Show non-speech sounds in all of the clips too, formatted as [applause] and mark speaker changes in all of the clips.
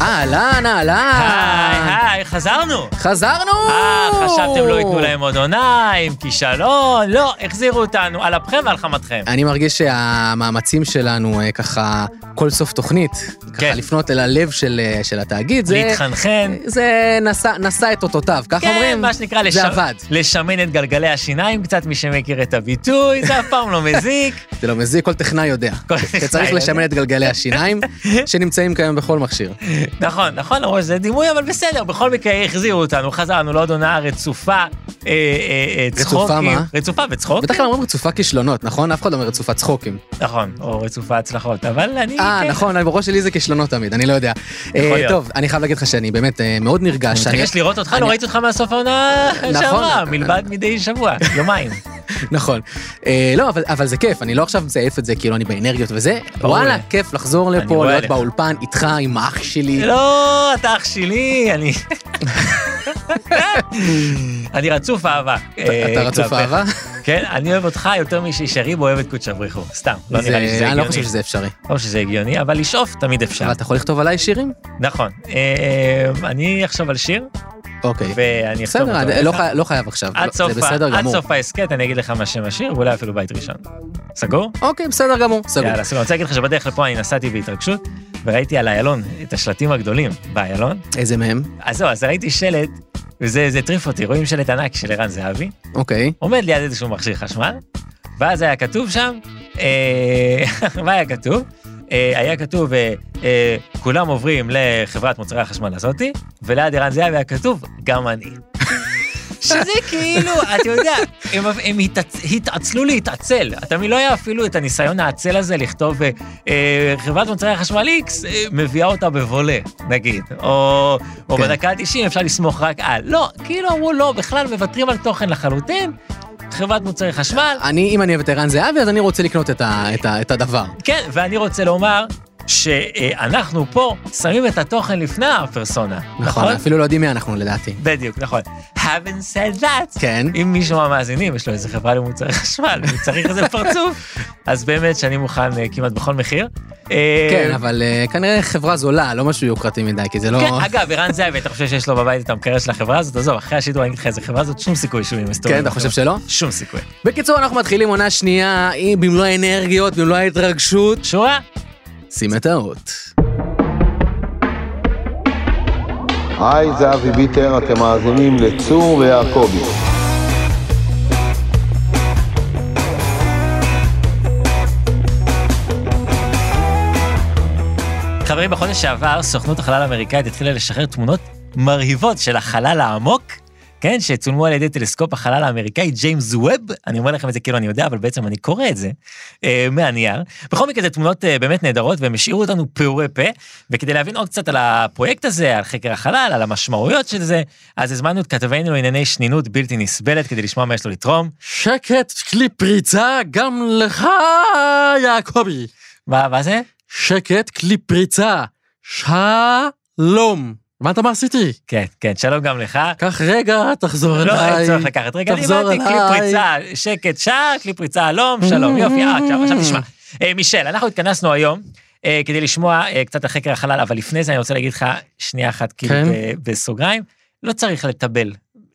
Speaker 1: אהלן,
Speaker 2: היי,
Speaker 1: אהלן.
Speaker 2: היי, חזרנו!
Speaker 1: חזרנו!
Speaker 2: אה, חשבתם לא ייתנו להם עוד עונה, עם כישלון, לא, החזירו אותנו על אפכם ועל חמתכם.
Speaker 1: אני מרגיש שהמאמצים שלנו, אה, ככה, כל סוף תוכנית, ככה
Speaker 2: כן.
Speaker 1: לפנות אל הלב של, אה, של התאגיד, זה...
Speaker 2: להתחנחן.
Speaker 1: זה נשא, נשא את אותותיו, ככה אומרים?
Speaker 2: כן, מה שנקרא, לש-
Speaker 1: זה עבד.
Speaker 2: לשמן את גלגלי השיניים קצת, מי שמכיר את הביטוי, זה אף פעם לא
Speaker 1: [laughs]
Speaker 2: מזיק.
Speaker 1: זה לא מזיק, כל טכנאי יודע.
Speaker 2: כל טכנאי
Speaker 1: שצריך
Speaker 2: יודע.
Speaker 1: לשמן את גלגלי
Speaker 2: [laughs]
Speaker 1: השיניים, שנמצאים כיום בכל מכשיר.
Speaker 2: נכון, נכון, למרות שזה דימוי, אבל בסדר, בכל מקרה החזירו אותנו, חזרנו לעוד עונה רצופה, אה, אה, אה,
Speaker 1: רצופה
Speaker 2: צחוקים.
Speaker 1: מה?
Speaker 2: רצופה וצחוק,
Speaker 1: בדרך כלל אומרים רצופה כישלונות, נכון? אף אחד לא אומר רצופה צחוקים.
Speaker 2: נכון, או רצופה הצלחות, אבל אני...
Speaker 1: אה,
Speaker 2: כן,
Speaker 1: נכון, אני- בראש שלי זה כישלונות תמיד, אני לא יודע. אה,
Speaker 2: להיות.
Speaker 1: טוב, אני חייב להגיד לך שאני באמת אה, מאוד נרגש.
Speaker 2: אני
Speaker 1: אני-
Speaker 2: מתרגש לראות אותך,
Speaker 1: אני-
Speaker 2: לא ראיתי אותך מהסוף העונה
Speaker 1: נכון.
Speaker 2: שעברה, מלבד מדי שבוע,
Speaker 1: [laughs]
Speaker 2: יומיים.
Speaker 1: נכון. אה, לא, אבל, אבל זה כיף, אני לא עכשיו מזייף את זה, כאילו אני באנרגיות וזה.
Speaker 2: ברור
Speaker 1: וואלה,
Speaker 2: לי.
Speaker 1: כיף לחזור לפה,
Speaker 2: רואה
Speaker 1: להיות
Speaker 2: לך.
Speaker 1: באולפן איתך, עם האח שלי.
Speaker 2: לא, אתה אח שלי, אני... [laughs] אני רצוף אהבה. אה,
Speaker 1: אתה רצוף
Speaker 2: כלפיך.
Speaker 1: אהבה?
Speaker 2: [laughs] כן, אני אוהב אותך יותר מששריב אוהב את קודש אבריחו, סתם, לא
Speaker 1: זה-
Speaker 2: נראה לי שזה
Speaker 1: אני לא
Speaker 2: הגיוני.
Speaker 1: חושב שזה אפשרי.
Speaker 2: לא חושב שזה הגיוני, אבל לשאוף תמיד אפשר.
Speaker 1: אבל אתה יכול לכתוב עליי שירים?
Speaker 2: נכון. אה, אני אחשוב על שיר,
Speaker 1: אוקיי.
Speaker 2: ואני אכתוב אותו.
Speaker 1: בסדר, אני-
Speaker 2: לך.
Speaker 1: לא חי- לא חייב עכשיו.
Speaker 2: עד
Speaker 1: לא,
Speaker 2: סוף
Speaker 1: זה
Speaker 2: ה-
Speaker 1: בסדר
Speaker 2: עד
Speaker 1: גמור.
Speaker 2: סוף ההסכת אני אגיד לך מה שם השיר, ואולי אפילו בית ראשון. סגור?
Speaker 1: אוקיי, בסדר גמור, סגור.
Speaker 2: יאללה, סגור. אני רוצה להגיד לך שבדרך לפה אני נסעתי בהתרגשות, וראיתי על איילון את השלטים הגדולים באיילון.
Speaker 1: איזה מהם? אז
Speaker 2: אז זהו, אז ראיתי שלט, וזה זה הטריף אותי, רואים שלט ענק של ערן זהבי,
Speaker 1: אוקיי.
Speaker 2: עומד ליד איזשהו מכשיר חשמל, ואז היה כתוב שם, אה, [laughs] מה היה כתוב? אה, היה כתוב, אה, אה, כולם עוברים לחברת מוצרי החשמל הזאתי, וליד ערן זהבי היה כתוב, גם אני. [laughs] שזה כאילו, אתה יודע, הם, הם התעצ... התעצלו להתעצל. אתה מבין, לא היה אפילו את הניסיון העצל הזה לכתוב, אה, אה, חברת מוצרי החשמל X אה, מביאה אותה בבולה, נגיד, או, או
Speaker 1: כן.
Speaker 2: בדקה ה-90 אפשר לסמוך רק על. לא, כאילו אמרו, לא, בכלל מוותרים על תוכן לחלוטין, חברת מוצרי חשמל,
Speaker 1: אני, אם אני אוהב את ערן זהבי, אז אני רוצה לקנות את ה- את ה- את הדבר.
Speaker 2: כן, ואני רוצה לומר... שאנחנו פה שמים את התוכן לפני הפרסונה,
Speaker 1: נכון, אפילו לא יודעים מי אנחנו לדעתי.
Speaker 2: בדיוק, נכון. Haven't said that.
Speaker 1: כן.
Speaker 2: אם מישהו מהמאזינים יש לו איזה חברה למוצרי חשמל, הוא צריך איזה
Speaker 1: [laughs]
Speaker 2: פרצוף, אז באמת שאני מוכן אה, כמעט בכל מחיר. אה,
Speaker 1: כן, אבל אה, כנראה חברה זולה, לא משהו יוקרתי מדי, כי זה לא...
Speaker 2: כן, אגב, ערן זהבי, אתה חושב שיש לו בבית את המקרר של החברה הזאת? עזוב, אחרי השידור אני אגיד לך איזה חברה זאת, שום סיכוי שהוא מסתובב.
Speaker 1: כן, אתה חושב שלא?
Speaker 2: שום סיכוי.
Speaker 1: בקיצור, אנחנו מתחילים עונה שנייה היא במלוא האנרגיות, במלוא ההתרגשות.
Speaker 2: שורה?
Speaker 1: שים את האות.
Speaker 3: היי, זה אבי ביטר, אתם מאזינים לצור ויעקבי.
Speaker 2: חברים, בחודש שעבר סוכנות החלל האמריקאית התחילה לשחרר תמונות מרהיבות של החלל העמוק, כן, שצולמו על ידי טלסקופ החלל האמריקאי ג'יימס ווב, אני אומר לכם את זה כאילו אני יודע, אבל בעצם אני קורא את זה אה, מהנייר. בכל מקרה, זה תמונות אה, באמת נהדרות, והם השאירו אותנו פעורי פה, וכדי להבין עוד קצת על הפרויקט הזה, על חקר החלל, על המשמעויות של זה, אז הזמנו את כתבנו לענייני שנינות בלתי נסבלת, כדי לשמוע מה יש לו לתרום.
Speaker 1: שקט, כלי פריצה, גם לך, יעקבי.
Speaker 2: מה, מה זה?
Speaker 1: שקט, כלי פריצה. שלום. הבנת מה עשיתי?
Speaker 2: כן, כן, שלום גם לך.
Speaker 1: קח רגע, תחזור
Speaker 2: לא, אין
Speaker 1: אליי.
Speaker 2: צורך לקחת. רגע, אני
Speaker 1: תחזור
Speaker 2: הבנתי, כלי
Speaker 1: אליי.
Speaker 2: פריצה, שקט, שעה, כלי פריצה, הלום, שלום, יופי, אה, עכשיו, עכשיו תשמע. אה, מישל, אנחנו התכנסנו היום אה, כדי לשמוע אה, קצת על חקר החלל, אבל לפני זה אני רוצה להגיד לך שנייה אחת, כאילו,
Speaker 1: כן.
Speaker 2: ב- בסוגריים, לא צריך לטבל.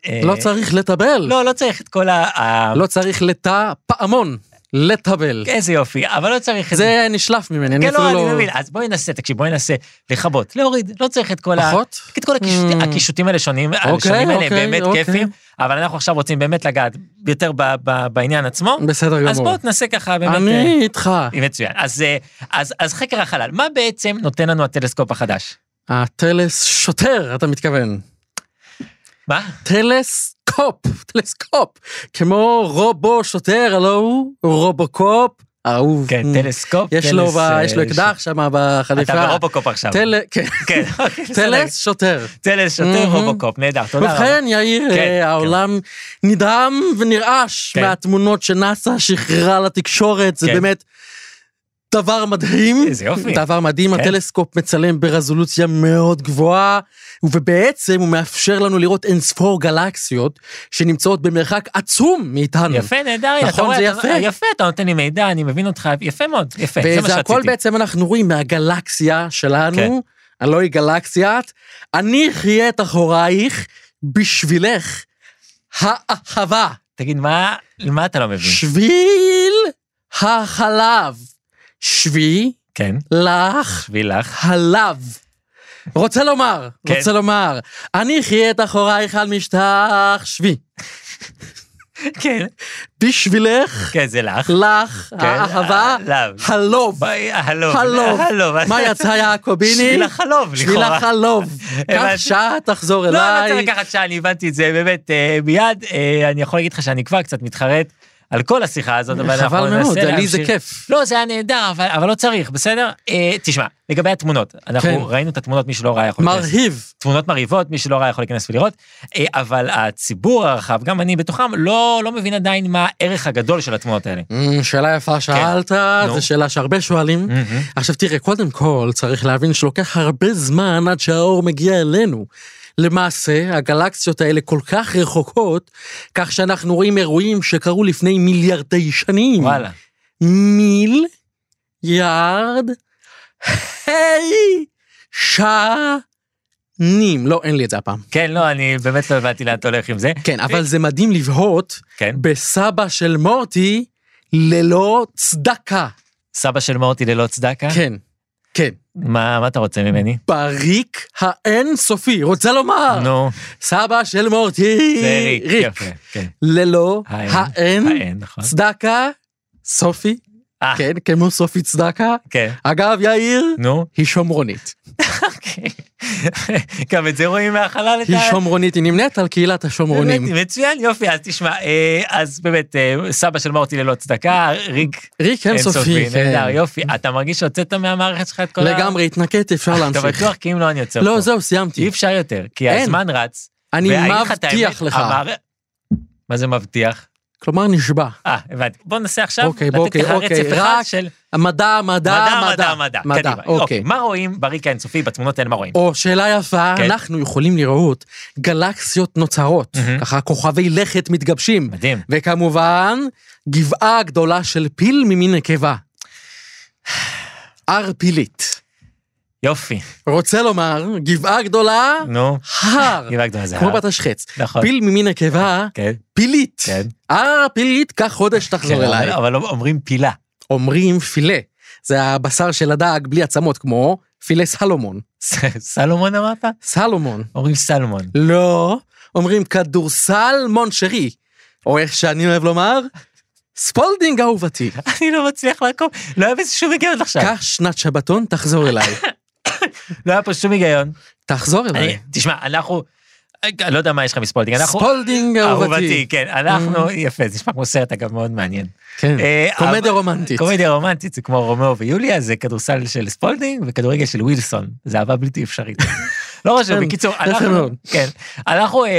Speaker 2: אה,
Speaker 1: לא צריך לטבל.
Speaker 2: לא, לא צריך את כל ה... ה-
Speaker 1: לא צריך לטע פעמון. לטבל.
Speaker 2: איזה יופי, אבל לא צריך את
Speaker 1: זה נשלף ממני, אני
Speaker 2: כן,
Speaker 1: אפילו
Speaker 2: לא,
Speaker 1: לא...
Speaker 2: אני מבין. אז בואי ננסה, תקשיב, בואי ננסה לכבות, להוריד, לא צריך את כל ה...
Speaker 1: פחות?
Speaker 2: את כל הקישוט-
Speaker 1: Mm.
Speaker 2: הקישוטים הלשוניים,
Speaker 1: אוקיי,
Speaker 2: הלשוניים האלה הם
Speaker 1: אוקיי,
Speaker 2: באמת
Speaker 1: אוקיי.
Speaker 2: כיפים, אבל אנחנו עכשיו רוצים באמת לגעת יותר ב- ב- בעניין עצמו.
Speaker 1: בסדר גמור.
Speaker 2: אז בואו תנסה ככה באמת.
Speaker 1: אני איתך.
Speaker 2: אה, מצוין. אז, אה, אז, אז חקר החלל, מה בעצם נותן לנו הטלסקופ החדש?
Speaker 1: הטלס שוטר, אתה מתכוון.
Speaker 2: מה?
Speaker 1: טלסקופ, טלסקופ. כמו רובו שוטר, הלא הוא רובוקופ, אהוב. Mm.
Speaker 2: כן, טלסקופ.
Speaker 1: יש
Speaker 2: טלס,
Speaker 1: לו ב-
Speaker 2: אה,
Speaker 1: יש לו אקדח שם בחליפה.
Speaker 2: אתה ברובוקופ עכשיו.
Speaker 1: טל- כן,
Speaker 2: כן, [laughs] אוקיי, בסדר.
Speaker 1: טלס שוטר.
Speaker 2: טלס שוטר
Speaker 1: Mhm.
Speaker 2: רובוקופ, נהדר, תודה רבה.
Speaker 1: ובכן, יאיר,
Speaker 2: כן,
Speaker 1: אה,
Speaker 2: כן.
Speaker 1: העולם נדהם ונרעש
Speaker 2: כן.
Speaker 1: מהתמונות שנאסא שחררה לתקשורת, זה
Speaker 2: כן.
Speaker 1: באמת דבר מדהים.
Speaker 2: איזה יופי.
Speaker 1: דבר מדהים,
Speaker 2: כן.
Speaker 1: הטלסקופ מצלם ברזולוציה מאוד גבוהה, ובעצם הוא מאפשר לנו לראות אינספור גלקסיות שנמצאות במרחק עצום מאיתנו.
Speaker 2: יפה, נהדר, אתה
Speaker 1: נכון,
Speaker 2: רואה,
Speaker 1: זה
Speaker 2: אתה-
Speaker 1: יפה.
Speaker 2: יפה, אתה נותן לי מידע, אני מבין אותך, יפה מאוד, יפה, זה מה
Speaker 1: וזה הכל
Speaker 2: שרציתי.
Speaker 1: בעצם אנחנו רואים מהגלקסיה
Speaker 2: כן.
Speaker 1: שלנו, הלא היא גלקסיית, אני אחיה את אחורייך בשבילך, האהבה,
Speaker 2: תגיד, מה מה אתה לא מבין?
Speaker 1: שביל החלב, שבי
Speaker 2: כן,
Speaker 1: לך
Speaker 2: בשביל לך.
Speaker 1: חלב. רוצה לומר,
Speaker 2: כן.
Speaker 1: רוצה לומר, אני אחיה את אחורייך על משטח שבי,
Speaker 2: כן,
Speaker 1: בשבילך,
Speaker 2: כן, זה לך.
Speaker 1: לך,
Speaker 2: כן,
Speaker 1: האהבה,
Speaker 2: הלב.
Speaker 1: חלוב,
Speaker 2: ביי, הלוב.
Speaker 1: חלוב,
Speaker 2: הלוב.
Speaker 1: מה יצא יעקביני?
Speaker 2: בשביל החלוב,
Speaker 1: בשביל
Speaker 2: לכאורה.
Speaker 1: החלוב. קח
Speaker 2: [laughs] הבנתי.
Speaker 1: שעה, תחזור
Speaker 2: לא, לא צריך
Speaker 1: אליי.
Speaker 2: לקחת שעה, אני הבנתי את זה באמת אה, מיד. אה, אני יכול להגיד לך שאני כבר קצת מתחרט על כל השיחה הזאת, אבל אנחנו
Speaker 1: חבל
Speaker 2: ננסה
Speaker 1: מאוד, לי זה
Speaker 2: להמשיך.
Speaker 1: כיף.
Speaker 2: לא, זה היה נהדר, אבל, אבל לא צריך, בסדר? אה, תשמע, לגבי התמונות, אנחנו
Speaker 1: כן.
Speaker 2: ראינו את התמונות, מי שלא ראה יכול להיכנס.
Speaker 1: מרהיב.
Speaker 2: תמונות מרהיבות, מי שלא ראה יכול להיכנס ולראות, אה, אבל הציבור הרחב, גם אני בתוכם, לא, לא מבין עדיין מה הערך הגדול של התמונות האלה.
Speaker 1: אמ, שאלה יפה שאלת,
Speaker 2: כן. נו.
Speaker 1: זו שאלה שהרבה שואלים.
Speaker 2: מהמם.
Speaker 1: עכשיו תראה, קודם כל צריך להבין שלוקח הרבה זמן עד שהאור מגיע אלינו. למעשה, הגלקסיות האלה כל כך רחוקות, כך שאנחנו רואים אירועים שקרו לפני מיליארדי שנים.
Speaker 2: וואלה.
Speaker 1: מיל, יארד, היי, שנים. לא, אין לי את זה הפעם.
Speaker 2: כן, לא, אני באמת לא הבנתי לאן אתה הולך עם זה.
Speaker 1: כן, אבל זה מדהים לבהות
Speaker 2: כן.
Speaker 1: בסבא של מורטי ללא צדקה.
Speaker 2: סבא של מורטי ללא צדקה?
Speaker 1: כן, כן.
Speaker 2: מה מה אתה רוצה ממני?
Speaker 1: בריק האינסופי, רוצה לומר,
Speaker 2: נו,
Speaker 1: סבא של מורטי,
Speaker 2: זה ריק.
Speaker 1: אה, ריק,
Speaker 2: יפה, כן.
Speaker 1: ללא
Speaker 2: האין,
Speaker 1: האין,
Speaker 2: האין, נכון.
Speaker 1: צדקה, סופי,
Speaker 2: אה,
Speaker 1: כן, כמו סופי צדקה.
Speaker 2: כן.
Speaker 1: אגב, יאיר,
Speaker 2: נו, [laughs]
Speaker 1: היא שומרונית.
Speaker 2: אוקיי. גם את זה רואים מהחלל את
Speaker 1: היא
Speaker 2: ה-
Speaker 1: שומרונית, היא נמנית על קהילת השומרונים.
Speaker 2: באמת, מצוין, יופי, אז תשמע, אה, אז באמת, אה, סבא של מורטי ללא צדקה, ריק
Speaker 1: ריק אינסופי,
Speaker 2: נהדר,
Speaker 1: כן.
Speaker 2: יופי. אתה מרגיש שהוצאת מהמערכת שלך את כל ה...
Speaker 1: לגמרי, התנקט, אפשר
Speaker 2: אתה
Speaker 1: להמשיך.
Speaker 2: בטוח כי אם לא אני עוצר
Speaker 1: לא,
Speaker 2: פה.
Speaker 1: זהו,
Speaker 2: אי
Speaker 1: סיימתי.
Speaker 2: אפשר יותר, כי
Speaker 1: אין.
Speaker 2: הזמן רץ.
Speaker 1: אני
Speaker 2: ואגיד לך את
Speaker 1: מבטיח
Speaker 2: האמת,
Speaker 1: לך.
Speaker 2: המערכ- מה זה מבטיח?
Speaker 1: כלומר, נשבע.
Speaker 2: אה, הבנתי. בוא ננסה עכשיו
Speaker 1: אוקיי,
Speaker 2: לתת
Speaker 1: אוקיי,
Speaker 2: לך
Speaker 1: אוקיי,
Speaker 2: רצף אחד
Speaker 1: רק
Speaker 2: של
Speaker 1: מדע, מדע,
Speaker 2: מדע, מדע, מדע.
Speaker 1: מדע,
Speaker 2: קדימה.
Speaker 1: אוקיי.
Speaker 2: מה רואים בריק האינסופי בתמונות האלה, מה רואים?
Speaker 1: או שאלה יפה,
Speaker 2: כן.
Speaker 1: אנחנו יכולים לראות גלקסיות נוצרות,
Speaker 2: מהמם.
Speaker 1: ככה כוכבי לכת מתגבשים,
Speaker 2: מדהים.
Speaker 1: וכמובן, גבעה גדולה של פיל ממין נקבה. הר פילית.
Speaker 2: יופי.
Speaker 1: רוצה לומר, גבעה גדולה,
Speaker 2: נו.
Speaker 1: הר,
Speaker 2: גבעה גדולה זה
Speaker 1: כמו
Speaker 2: הר.
Speaker 1: בתשחץ.
Speaker 2: נכון.
Speaker 1: פיל ממין נקבה,
Speaker 2: כן.
Speaker 1: פילית.
Speaker 2: [laughs] כן.
Speaker 1: הר פילית, קח חודש
Speaker 2: כן,
Speaker 1: תחזור אליי.
Speaker 2: אבל- אבל אומרים פילה. [laughs]
Speaker 1: אומרים פילה, זה הבשר של הדג בלי עצמות, כמו פילה סלומון.
Speaker 2: ס- סלומון אמרת?
Speaker 1: סלומון.
Speaker 2: אומרים סלמון.
Speaker 1: לא, אומרים כדורסל מונשרי, או איך שאני אוהב לומר, ספולדינג אהובתי.
Speaker 2: [laughs] אני לא מצליח לעקוב. לא היה בזה שום היגיון עכשיו.
Speaker 1: קח שנת שבתון, תחזור אליי.
Speaker 2: [laughs] לא היה פה שום היגיון.
Speaker 1: תחזור
Speaker 2: אני-
Speaker 1: אליי.
Speaker 2: תשמע, אנחנו... אני לא יודע מה יש לך מספורטינג. אנחנו...
Speaker 1: ספולדינג אהובתי.
Speaker 2: כן. אנחנו... יפה, זה נשמע כמו סרט, אגב, מאוד מעניין.
Speaker 1: כן,
Speaker 2: אה, אבל-
Speaker 1: קומדיה רומנטית.
Speaker 2: קומדיה רומנטית זה כמו רומאו ויוליה, זה כדורסל של ספולדינג וכדורגל של ווילסון, זה אהבה
Speaker 1: [laughs]
Speaker 2: בלתי אפשרית. לא חשוב,
Speaker 1: כן,
Speaker 2: בקיצור,
Speaker 1: יפה
Speaker 2: אנחנו,
Speaker 1: מאוד.
Speaker 2: כן, אנחנו אה,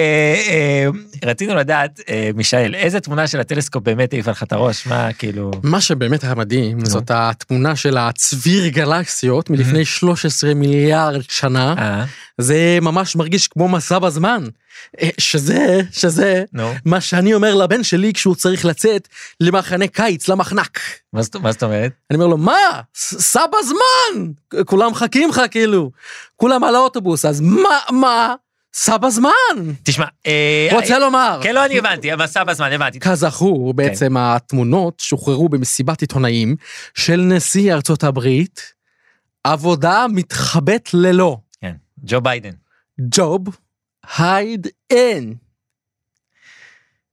Speaker 2: אה, רצינו לדעת, אה, מישאל, איזה תמונה של הטלסקופ באמת העיפה לך את הראש, מה כאילו,
Speaker 1: מה שבאמת היה מדהים, זאת התמונה של הצביר גלקסיות מלפני 13 מיליארד שנה.
Speaker 2: אה,
Speaker 1: זה ממש מרגיש כמו מסע בזמן. אה, שזה, שזה,
Speaker 2: נו,
Speaker 1: מה שאני אומר לבן שלי כשהוא צריך לצאת למחנה קיץ, למחנק.
Speaker 2: מה זאת- מה זאת אומרת?
Speaker 1: אני אומר לו, מה? ס- סבא זמן! כולם מחכים לך, כאילו. כולם על האוטובוס, אז מה, מה? סבא זמן!
Speaker 2: תשמע, אה,
Speaker 1: רוצה לומר.
Speaker 2: כן, לא, כן. אני הבנתי, המסע בזמן, הבנתי.
Speaker 1: כזכור, בעצם התמונות שוחררו במסיבת עיתונאים של נשיא ארצות הברית, עבודה מתחבאת ללא.
Speaker 2: כן, ג'ו ביידן.
Speaker 1: ג'וב, הייד אין.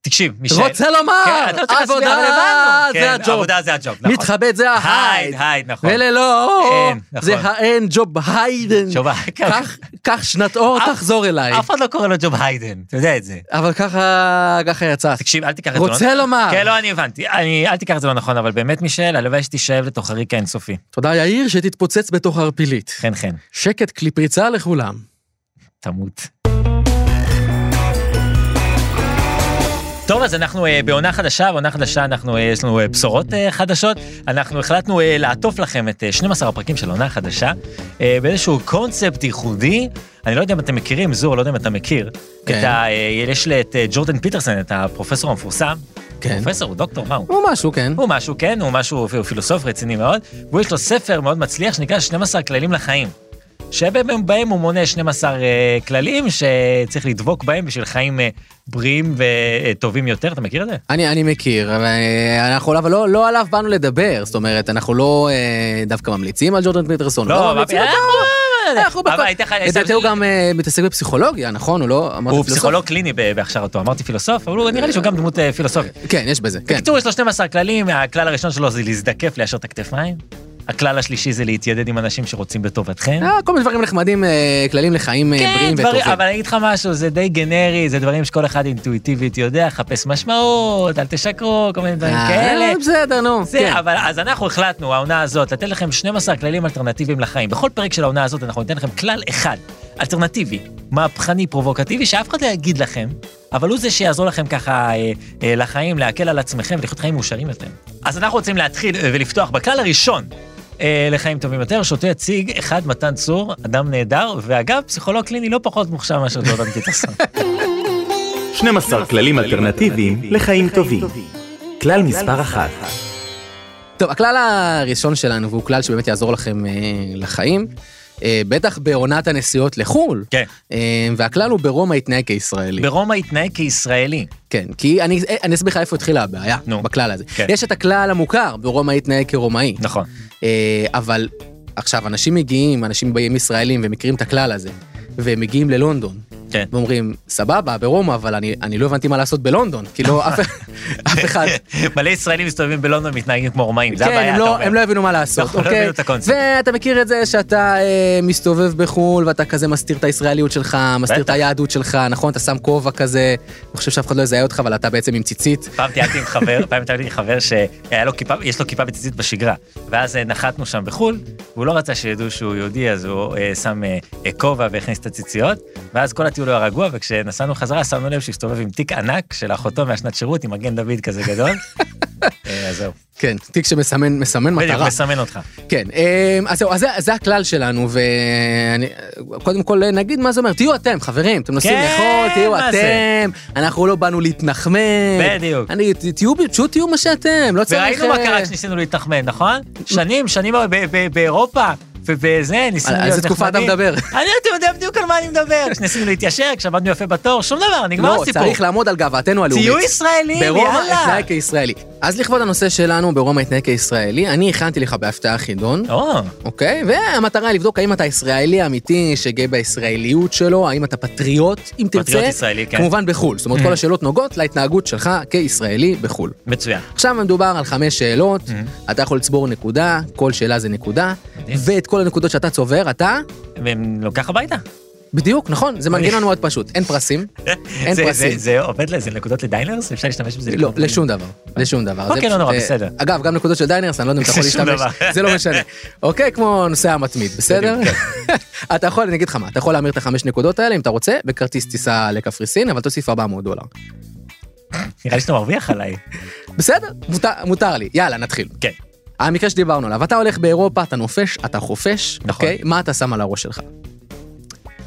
Speaker 2: תקשיב, מישאל.
Speaker 1: רוצה לומר,
Speaker 2: כן, אתה רוצה להסביר, אבל
Speaker 1: עבודה
Speaker 2: הבנו. כן,
Speaker 1: זה הג'וב.
Speaker 2: עבודה זה הג'וב, נכון.
Speaker 1: מתחבאת זה
Speaker 2: הייד,
Speaker 1: ההייד.
Speaker 2: הייד, נכון.
Speaker 1: וללא,
Speaker 2: אין, נכון.
Speaker 1: זה האין ג'וב היידן.
Speaker 2: ג'וב-
Speaker 1: קח- קח שנת אור,
Speaker 2: כן. אף-
Speaker 1: תחזור אליי.
Speaker 2: אף אחד לא קורא לו ג'וב היידן, אתה יודע את זה.
Speaker 1: אבל ככה, ככה יצא.
Speaker 2: תקשיב, אל תיקח את זה. לא-
Speaker 1: רוצה לומר,
Speaker 2: כן, לא, אני הבנתי. אני, אל תיקח את זה לא נכון, אבל באמת, מישל, הלוואי שתישאב לתוך הריק האינסופי.
Speaker 1: תודה יאיר שתתפוצץ בתוך ערפילית.
Speaker 2: חן חן,
Speaker 1: שקט כלי פריצה לכולם.
Speaker 2: תמות. טוב, אז אנחנו אה, בעונה חדשה, בעונה חדשה אנחנו, אה, יש לנו אה, בשורות אה, חדשות. אנחנו החלטנו אה, לעטוף לכם את אה, 12 הפרקים של עונה חדשה, אה, באיזשהו קונספט ייחודי. אני לא יודע אם אתם מכירים, זור, לא יודע אם אתה מכיר.
Speaker 1: כן.
Speaker 2: את ה, אה, יש לי את אה, ג'ורדן פיטרסון, את הפרופסור המפורסם.
Speaker 1: כן.
Speaker 2: פרופסור, הוא דוקטור, מה הוא?
Speaker 1: הוא משהו, כן.
Speaker 2: הוא משהו, כן, הוא משהו, הוא פילוסוף רציני מאוד, והוא יש לו ספר מאוד מצליח שנקרא 12 כללים לחיים. שבהם הוא מונה 12 אה, כללים שצריך לדבוק בהם בשביל חיים אה, בריאים וטובים יותר, אתה מכיר את זה?
Speaker 1: אני, אני מכיר, אבל אה, אנחנו, אבל לא, לא עליו באנו לדבר, זאת אומרת, אנחנו לא אה, דווקא ממליצים על ג'ורדן פיטרסון, לא
Speaker 2: אבל-
Speaker 1: ממליצים
Speaker 2: אה,
Speaker 1: על
Speaker 2: אבל-
Speaker 1: אנחנו בכל...
Speaker 2: אבל הייתי חי-
Speaker 1: לדעתי הוא גם אה, מתעסק בפסיכולוגיה, נכון? הוא לא... אמרת
Speaker 2: הוא
Speaker 1: פילוסוף?
Speaker 2: פסיכולוג קליני ב- בהכשרתו, אמרתי פילוסוף, אבל הוא נראה לי שהוא גם דמות אה, פילוסופית.
Speaker 1: כן, יש בזה, כן.
Speaker 2: בקיצור, יש לו 12 כללים, הכלל הראשון שלו זה להזדקף, ליישר את הכתפיים. הכלל השלישי זה להתיידד עם אנשים שרוצים בטובתכם.
Speaker 1: אה, כל מיני דברים נחמדים, אה, כללים לחיים אה, בריאים
Speaker 2: כן, דברים-
Speaker 1: וטובים.
Speaker 2: אבל אני אגיד לך משהו, זה די גנרי, זה דברים שכל אחד אינטואיטיבית יודע, חפש משמעות, אל תשקרו, כל מיני דברים
Speaker 1: אה,
Speaker 2: כאלה.
Speaker 1: בסדר, נו.
Speaker 2: זה,
Speaker 1: כן.
Speaker 2: אבל אז אנחנו החלטנו, העונה הזאת, לתת לכם 12 כללים אלטרנטיביים לחיים. בכל פרק של העונה הזאת אנחנו ניתן לכם כלל אחד, אלטרנטיבי, מהפכני, פרובוקטיבי, שאף אחד לא יגיד לכם, אבל הוא זה שיעזור לכם ככה אה, אה, לחיים, להקל על עצמכם ולחיות חיים מאושרים יותר. אז אנחנו רוצים להתחיל אה, ולפתוח בכלל הראשון. אה, לחיים טובים יותר, שאותו יציג אחד מתן צור, אדם נהדר, ואגב, פסיכולוג קליני לא פחות מוכשר מאשר דודן פיטרסון.
Speaker 4: 12 כללים אלטרנטיביים לחיים טובים. כלל מספר 1
Speaker 1: טוב, הכלל הראשון שלנו, והוא כלל שבאמת יעזור לכם אה, לחיים, אה, בטח בעונת הנסיעות לחו"ל,
Speaker 2: כן.
Speaker 1: אה, והכלל הוא ברומא התנהג כישראלי.
Speaker 2: ברומא התנהג כישראלי.
Speaker 1: כן, כי אני, אני אסביר לך איפה התחילה הבעיה,
Speaker 2: נו.
Speaker 1: בכלל הזה.
Speaker 2: כן.
Speaker 1: יש את הכלל המוכר, ברומא התנהג כרומאי.
Speaker 2: נכון.
Speaker 1: אה, אבל עכשיו, אנשים מגיעים, אנשים באים ישראלים ומכירים את הכלל הזה, והם מגיעים ללונדון.
Speaker 2: כן.
Speaker 1: ואומרים, סבבה, ברומא, אבל אני, אני לא הבנתי מה לעשות בלונדון, כי לא
Speaker 2: [laughs]
Speaker 1: אף, אף אחד...
Speaker 2: מלא ישראלים מסתובבים בלונדון מתנהגים כמו רומאים, זה
Speaker 1: כן,
Speaker 2: הבעיה,
Speaker 1: הם
Speaker 2: אתה
Speaker 1: לא,
Speaker 2: אומר.
Speaker 1: הם לא הבינו מה לעשות,
Speaker 2: נכון, לא
Speaker 1: אוקיי?
Speaker 2: הבינו את הקונספט.
Speaker 1: ואתה מכיר את זה שאתה אה, מסתובב בחו"ל ואתה כזה מסתיר את הישראליות שלך, מסתיר את
Speaker 2: בטח.
Speaker 1: היהדות שלך, נכון? אתה שם כובע כזה, אתה חושב שאף אחד לא יזהה אותך, אבל אתה בעצם עם ציצית.
Speaker 2: פעם טיילתי עם חבר, פעם טיילתי עם חבר שהיה לו כיפה, יש לו כיפה בציצית בשגרה. ואז אה, נחתנו שם בחו"ל, והוא לא רצה שידעו שהוא יהודי, אז הוא אה, שם אה, אה, כובע והכניס את הציציות, ואז כל הטיול היה רגוע, וכשנסענו חזרה שמנו לב שהסתובב עם תיק ענק של אחותו מהשנת שירות, עם מגן דוד כזה גדול.
Speaker 1: [laughs]
Speaker 2: אה, אז זהו,
Speaker 1: כן, תיק שמסמן מסמן
Speaker 2: בדיוק,
Speaker 1: מטרה.
Speaker 2: מסמן אותך.
Speaker 1: כן, אה, אז זהו, אז זה, זה הכלל שלנו, וקודם כל אה, נגיד מה זה אומר, תהיו אתם, חברים, אתם נוסעים
Speaker 2: כן,
Speaker 1: לאכול, תהיו
Speaker 2: מה זה?
Speaker 1: אתם, אנחנו לא באנו להתנחמד.
Speaker 2: בדיוק.
Speaker 1: אני, ת- תהיו, פשוט תהיו מה שאתם, לא צריך...
Speaker 2: וראינו מה
Speaker 1: אה,
Speaker 2: קרה כשניסינו להתנחמן, נכון? שנים, שנים ב- ב- באירופה. ובזה, ניסינו
Speaker 1: על- על
Speaker 2: להיות נחמדים.
Speaker 1: איזה תקופה אתה מדבר?
Speaker 2: [laughs] אני, אתה יודע בדיוק על מה אני מדבר. כשניסינו להתיישר, כשעמדנו יפה בתור, שום דבר, נגמר
Speaker 1: לא,
Speaker 2: הסיפור.
Speaker 1: צריך לעמוד על גאוותנו הלאומית.
Speaker 2: תהיו ישראלים,
Speaker 1: ברומא
Speaker 2: יאללה.
Speaker 1: התנהג כישראלי. אז לכבוד הנושא שלנו, ברומא התנהג כישראלי, אני הכנתי לך בהפתעה חידון,
Speaker 2: או,
Speaker 1: אוקיי? והמטרה היא לבדוק האם אתה ישראלי אמיתי, שגאה בישראליות שלו, האם אתה פטריוט, אם תרצה.
Speaker 2: פטריוט ישראלי, כן.
Speaker 1: כמובן בחו"ל. זאת אומרת, כל השאלות נוגעות להתנהגות שלך כישראלי בחו"ל.
Speaker 2: מצוין.
Speaker 1: עכשיו מדובר על חמש שאלות, אתה יכול לצבור נקודה, כל שאלה זה נקודה,
Speaker 2: Mm. מדהים.
Speaker 1: ואת כל הנקודות שאתה צובר, אתה...
Speaker 2: לוקח הביתה.
Speaker 1: בדיוק, נכון, זה מנגנון מאוד פשוט, אין
Speaker 2: [laughs]
Speaker 1: פרסים, אין
Speaker 2: זה- זה-
Speaker 1: פרסים.
Speaker 2: זה עובד לזה נקודות לדיינרס? אפשר להשתמש בזה?
Speaker 1: לא,
Speaker 2: לקנות דברים?
Speaker 1: לשום דבר, לשום דבר.
Speaker 2: אוקיי,
Speaker 1: זה
Speaker 2: לא נורא,
Speaker 1: פשוט, אה,
Speaker 2: בסדר.
Speaker 1: אגב, גם נקודות של דיינרס, אני לא יודע אם אתה יכול
Speaker 2: [laughs] שום דבר.
Speaker 1: להשתמש, זה לא משנה. אוקיי, כמו נושא המתמיד, בסדר?
Speaker 2: כן.
Speaker 1: [laughs] אתה יכול, אני אגיד לך מה, אתה יכול להמיר את החמש נקודות האלה, אם אתה רוצה, בכרטיס טיסה לקפריסין, אבל תוסיף 400 דולר.
Speaker 2: נראה לי שאתה מרוויח עליי.
Speaker 1: בסדר, מותר- מותר לי, יאללה, נתחיל.
Speaker 2: כן.
Speaker 1: המקרה שדיברנו עליו, אתה הולך באירופה, אתה נופש, אתה חופש,
Speaker 2: נכון.
Speaker 1: אוקיי? מה אתה שם על הראש שלך?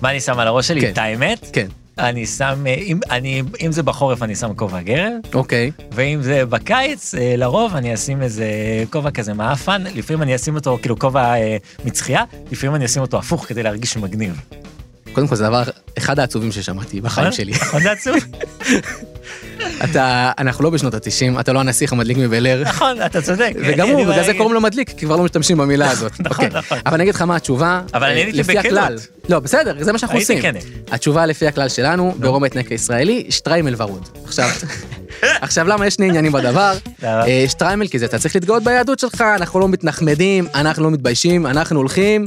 Speaker 2: מה אני שם על הראש
Speaker 1: כן.
Speaker 2: שלי? את האמת?
Speaker 1: כן.
Speaker 2: אני שם, אה, אם- אני- אם זה בחורף אני שם כובע גרב,
Speaker 1: אוקיי.
Speaker 2: ואם זה בקיץ, אה, לרוב אני אשים איזה כובע כזה מעפן, לפעמים אני אשים אותו כאילו כובע אה, מצחייה, לפעמים אני אשים אותו הפוך כדי להרגיש מגניב.
Speaker 1: קודם כל, זה הדבר אחד העצובים ששמעתי בחיים שלי.
Speaker 2: נכון, זה
Speaker 1: [laughs]
Speaker 2: עצוב.
Speaker 1: אתה, אנחנו לא בשנות ה-90, אתה לא הנסיך המדליק מבל
Speaker 2: [laughs]
Speaker 1: אר.
Speaker 2: נכון, אתה צודק. לא
Speaker 1: וגם הוא, בגלל זה קוראים לו מדליק, כי כבר לא משתמשים במילה הזאת.
Speaker 2: [laughs] נכון,
Speaker 1: אוקיי.
Speaker 2: נכון.
Speaker 1: אבל אני אגיד לך מה התשובה,
Speaker 2: אבל
Speaker 1: אה,
Speaker 2: אני עניתי
Speaker 1: לפי
Speaker 2: בכנות.
Speaker 1: הכלל. לא, בסדר, זה מה שאנחנו
Speaker 2: הייתי
Speaker 1: עושים.
Speaker 2: כן.
Speaker 1: התשובה לפי הכלל שלנו, ברומא התנק הישראלי, שטריימל ורוד.
Speaker 2: [laughs]
Speaker 1: עכשיו, עכשיו למה יש שני עניינים בדבר?
Speaker 2: למה?
Speaker 1: אה, שטריימל, כי זה אתה צריך להתגאות ביהדות שלך, אנחנו לא מתנחמדים, אנחנו לא מתביישים, אנחנו הולכים,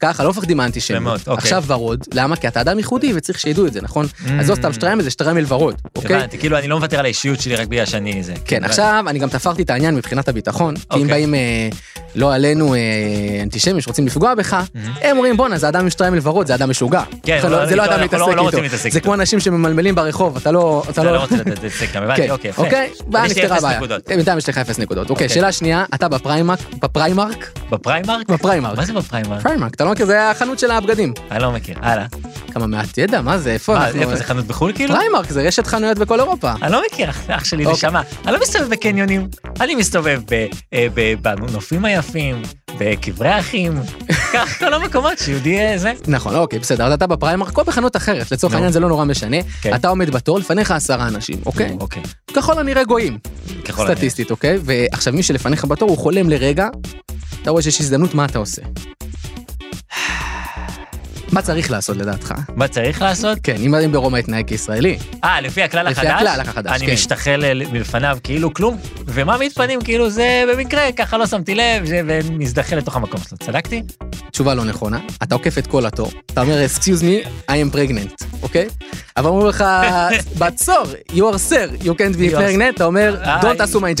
Speaker 1: ככה, לא מפחדים
Speaker 2: מאוד,
Speaker 1: מהאנטישמיות.
Speaker 2: אוקיי. Mm.
Speaker 1: עכשיו ורוד, למה? כי אתה אדם ייחודי וצריך שידעו את זה, נכון? אז לא סתם שטריימל, זה שטריימל ורוד, אוקיי?
Speaker 2: הבנתי, כאילו אני לא מוותר על האישיות שלי רק בגלל שאני זה.
Speaker 1: כן,
Speaker 2: הבנתי.
Speaker 1: עכשיו אני גם תפרתי את העניין מבחינת הביטחון, כי אם
Speaker 2: אוקיי.
Speaker 1: באים אה, לא עלינו אה, אנטישמים שרוצים לפגוע בך, הם אומרים בואנה זה אדם עם שתיים לוורוד, זה אדם משוגע.
Speaker 2: כן,
Speaker 1: זה
Speaker 2: לא,
Speaker 1: לא- זה לא
Speaker 2: איתו
Speaker 1: אדם
Speaker 2: אנחנו לא-
Speaker 1: להתעסק
Speaker 2: לא רוצים להתעסק
Speaker 1: איתו. זה
Speaker 2: איתו.
Speaker 1: כמו אנשים שממלמלים ברחוב, אתה לא... אתה
Speaker 2: אתה לא
Speaker 1: לא-
Speaker 2: רוצה לתת את סקר, הבנתי,
Speaker 1: כן,
Speaker 2: אוקיי, יפה.
Speaker 1: אוקיי,
Speaker 2: אז
Speaker 1: ואז
Speaker 2: יש לי
Speaker 1: נפתרה
Speaker 2: אפס
Speaker 1: הבעיה. אה,
Speaker 2: נקודות.
Speaker 1: בינתיים יש לך אפס נקודות. אוקיי,
Speaker 2: אוקיי.
Speaker 1: שאלה שנייה, אתה בפריימרק, בפריימרק?
Speaker 2: בפריימרק?
Speaker 1: בפריימרק.
Speaker 2: מה זה בפריימרק?
Speaker 1: פריימרק, אתה לא מכיר, זה החנות של הבגדים.
Speaker 2: אני לא מכיר, הלאה.
Speaker 1: כמה מעט ידע, מה זה, איפה
Speaker 2: מה,
Speaker 1: אנחנו...
Speaker 2: איפה זה חנות בחו"ל כאילו?
Speaker 1: פריימרק זה רשת חנויות בכל אירופה.
Speaker 2: אני לא מכיר, אח אח שלי
Speaker 1: אוקיי.
Speaker 2: נשמה. אני לא מסתובב בקניונים, אני מסתובב ב- אה, ב- בנופים היפים, בקברי
Speaker 1: [laughs]
Speaker 2: האחים, כך כל המקומות שיהודי אה, זה.
Speaker 1: נכון, אוקיי, בסדר, אז אתה בפריימרק או בחנות אחרת, לצורך
Speaker 2: נו.
Speaker 1: העניין זה לא נורא משנה.
Speaker 2: כן.
Speaker 1: אתה עומד בתור, לפניך עשרה אנשים, אוקיי?
Speaker 2: אוקיי,
Speaker 1: ככל הנראה גויים,
Speaker 2: ככל הנראה.
Speaker 1: סטטיסטית, אוקיי? ועכשיו מי שלפניך בתור הוא חולם לרגע, אתה רואה שיש הזדמנות, מה אתה עושה? [sighs] מה צריך לעשות לדעתך?
Speaker 2: מה צריך לעשות?
Speaker 1: כן, אם אם ברומא התנהג כישראלי.
Speaker 2: אה, לפי הכלל
Speaker 1: לפי
Speaker 2: החדש?
Speaker 1: הכלל החדש,
Speaker 2: אני
Speaker 1: כן.
Speaker 2: משתחל אל- מלפניו כאילו כלום, ומעמיד פנים כאילו זה במקרה, ככה לא שמתי לב, זה- ומזדחל לתוך המקום שלו. צדקתי?
Speaker 1: תשובה לא נכונה, אתה עוקף את כל התור, אתה אומר, excuse me, I am pregnant, אוקיי? אבל אומרים לך, בצור, you are sir, you can't
Speaker 2: You
Speaker 1: be
Speaker 2: are-
Speaker 1: pregnant, אתה אומר,
Speaker 2: אה,
Speaker 1: don't assume my
Speaker 2: Don't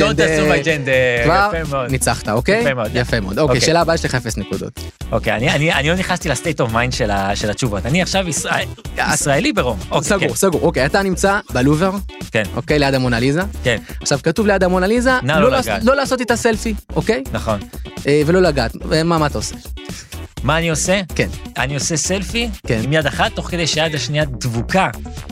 Speaker 1: gender.
Speaker 2: assume my gender.
Speaker 1: כבר
Speaker 2: יפה מאוד.
Speaker 1: ניצחת, אוקיי?
Speaker 2: יפה מאוד.
Speaker 1: יפה מאוד. אוקיי,
Speaker 2: אוקיי.
Speaker 1: שאלה הבאה, יש לך אפס נקודות.
Speaker 2: אוקיי, אני- אני אני לא נכנסתי לסטייט אוף מיינד של התשובות. אני עכשיו ישראל- ישראלי ברום. אוקיי,
Speaker 1: סגור, סגור. אוקיי, אתה נמצא בלובר,
Speaker 2: כן,
Speaker 1: אוקיי, ליד המונליזה.
Speaker 2: כן,
Speaker 1: עכשיו, כתוב ליד המונליזה,
Speaker 2: נא לא
Speaker 1: לעשות-
Speaker 2: לגעת.
Speaker 1: לא לעשות איתה סלפי, אוקיי?
Speaker 2: נכון.
Speaker 1: אה, ולא לגעת. אה, מה מה אתה עושה?
Speaker 2: מה אני עושה?
Speaker 1: כן.
Speaker 2: אני עושה סלפי
Speaker 1: כן.
Speaker 2: עם יד אחת, תוך כדי שהיד השנייה דבוקה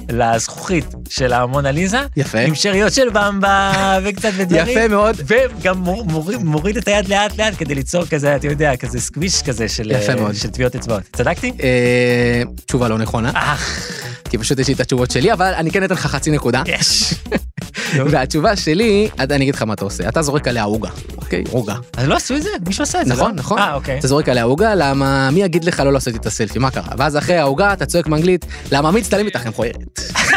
Speaker 2: לזכוכית של המונליזה.
Speaker 1: יפה.
Speaker 2: עם שאריות של במבה [laughs] וקצת בדברים.
Speaker 1: יפה מאוד.
Speaker 2: וגם מור, מוריד, מוריד את היד לאט לאט כדי ליצור כזה, אתה יודע, כזה סקוויש כזה של
Speaker 1: יפה
Speaker 2: אה,
Speaker 1: מאוד.
Speaker 2: של טביעות אצבעות. צדקתי?
Speaker 1: אה, תשובה לא נכונה,
Speaker 2: אך,
Speaker 1: כי פשוט יש לי את התשובות שלי, אבל אני כן אתן לך חצי נקודה. [laughs]
Speaker 2: יש. לא.
Speaker 1: והתשובה שלי, אז אני אגיד לך מה אתה עושה, אתה זורק עליה עוגה, אוקיי? עוגה.
Speaker 2: אז לא עשו את זה? מישהו עשה את זה,
Speaker 1: נכון,
Speaker 2: לא?
Speaker 1: נכון.
Speaker 2: אה, אוקיי.
Speaker 1: אתה זורק עליה עוגה, למה מי יגיד לך לא לעשות איתה סלפי, מה קרה? ואז אחרי העוגה אתה צועק באנגלית, למה מי יצטלם איתך, הם מכוערת.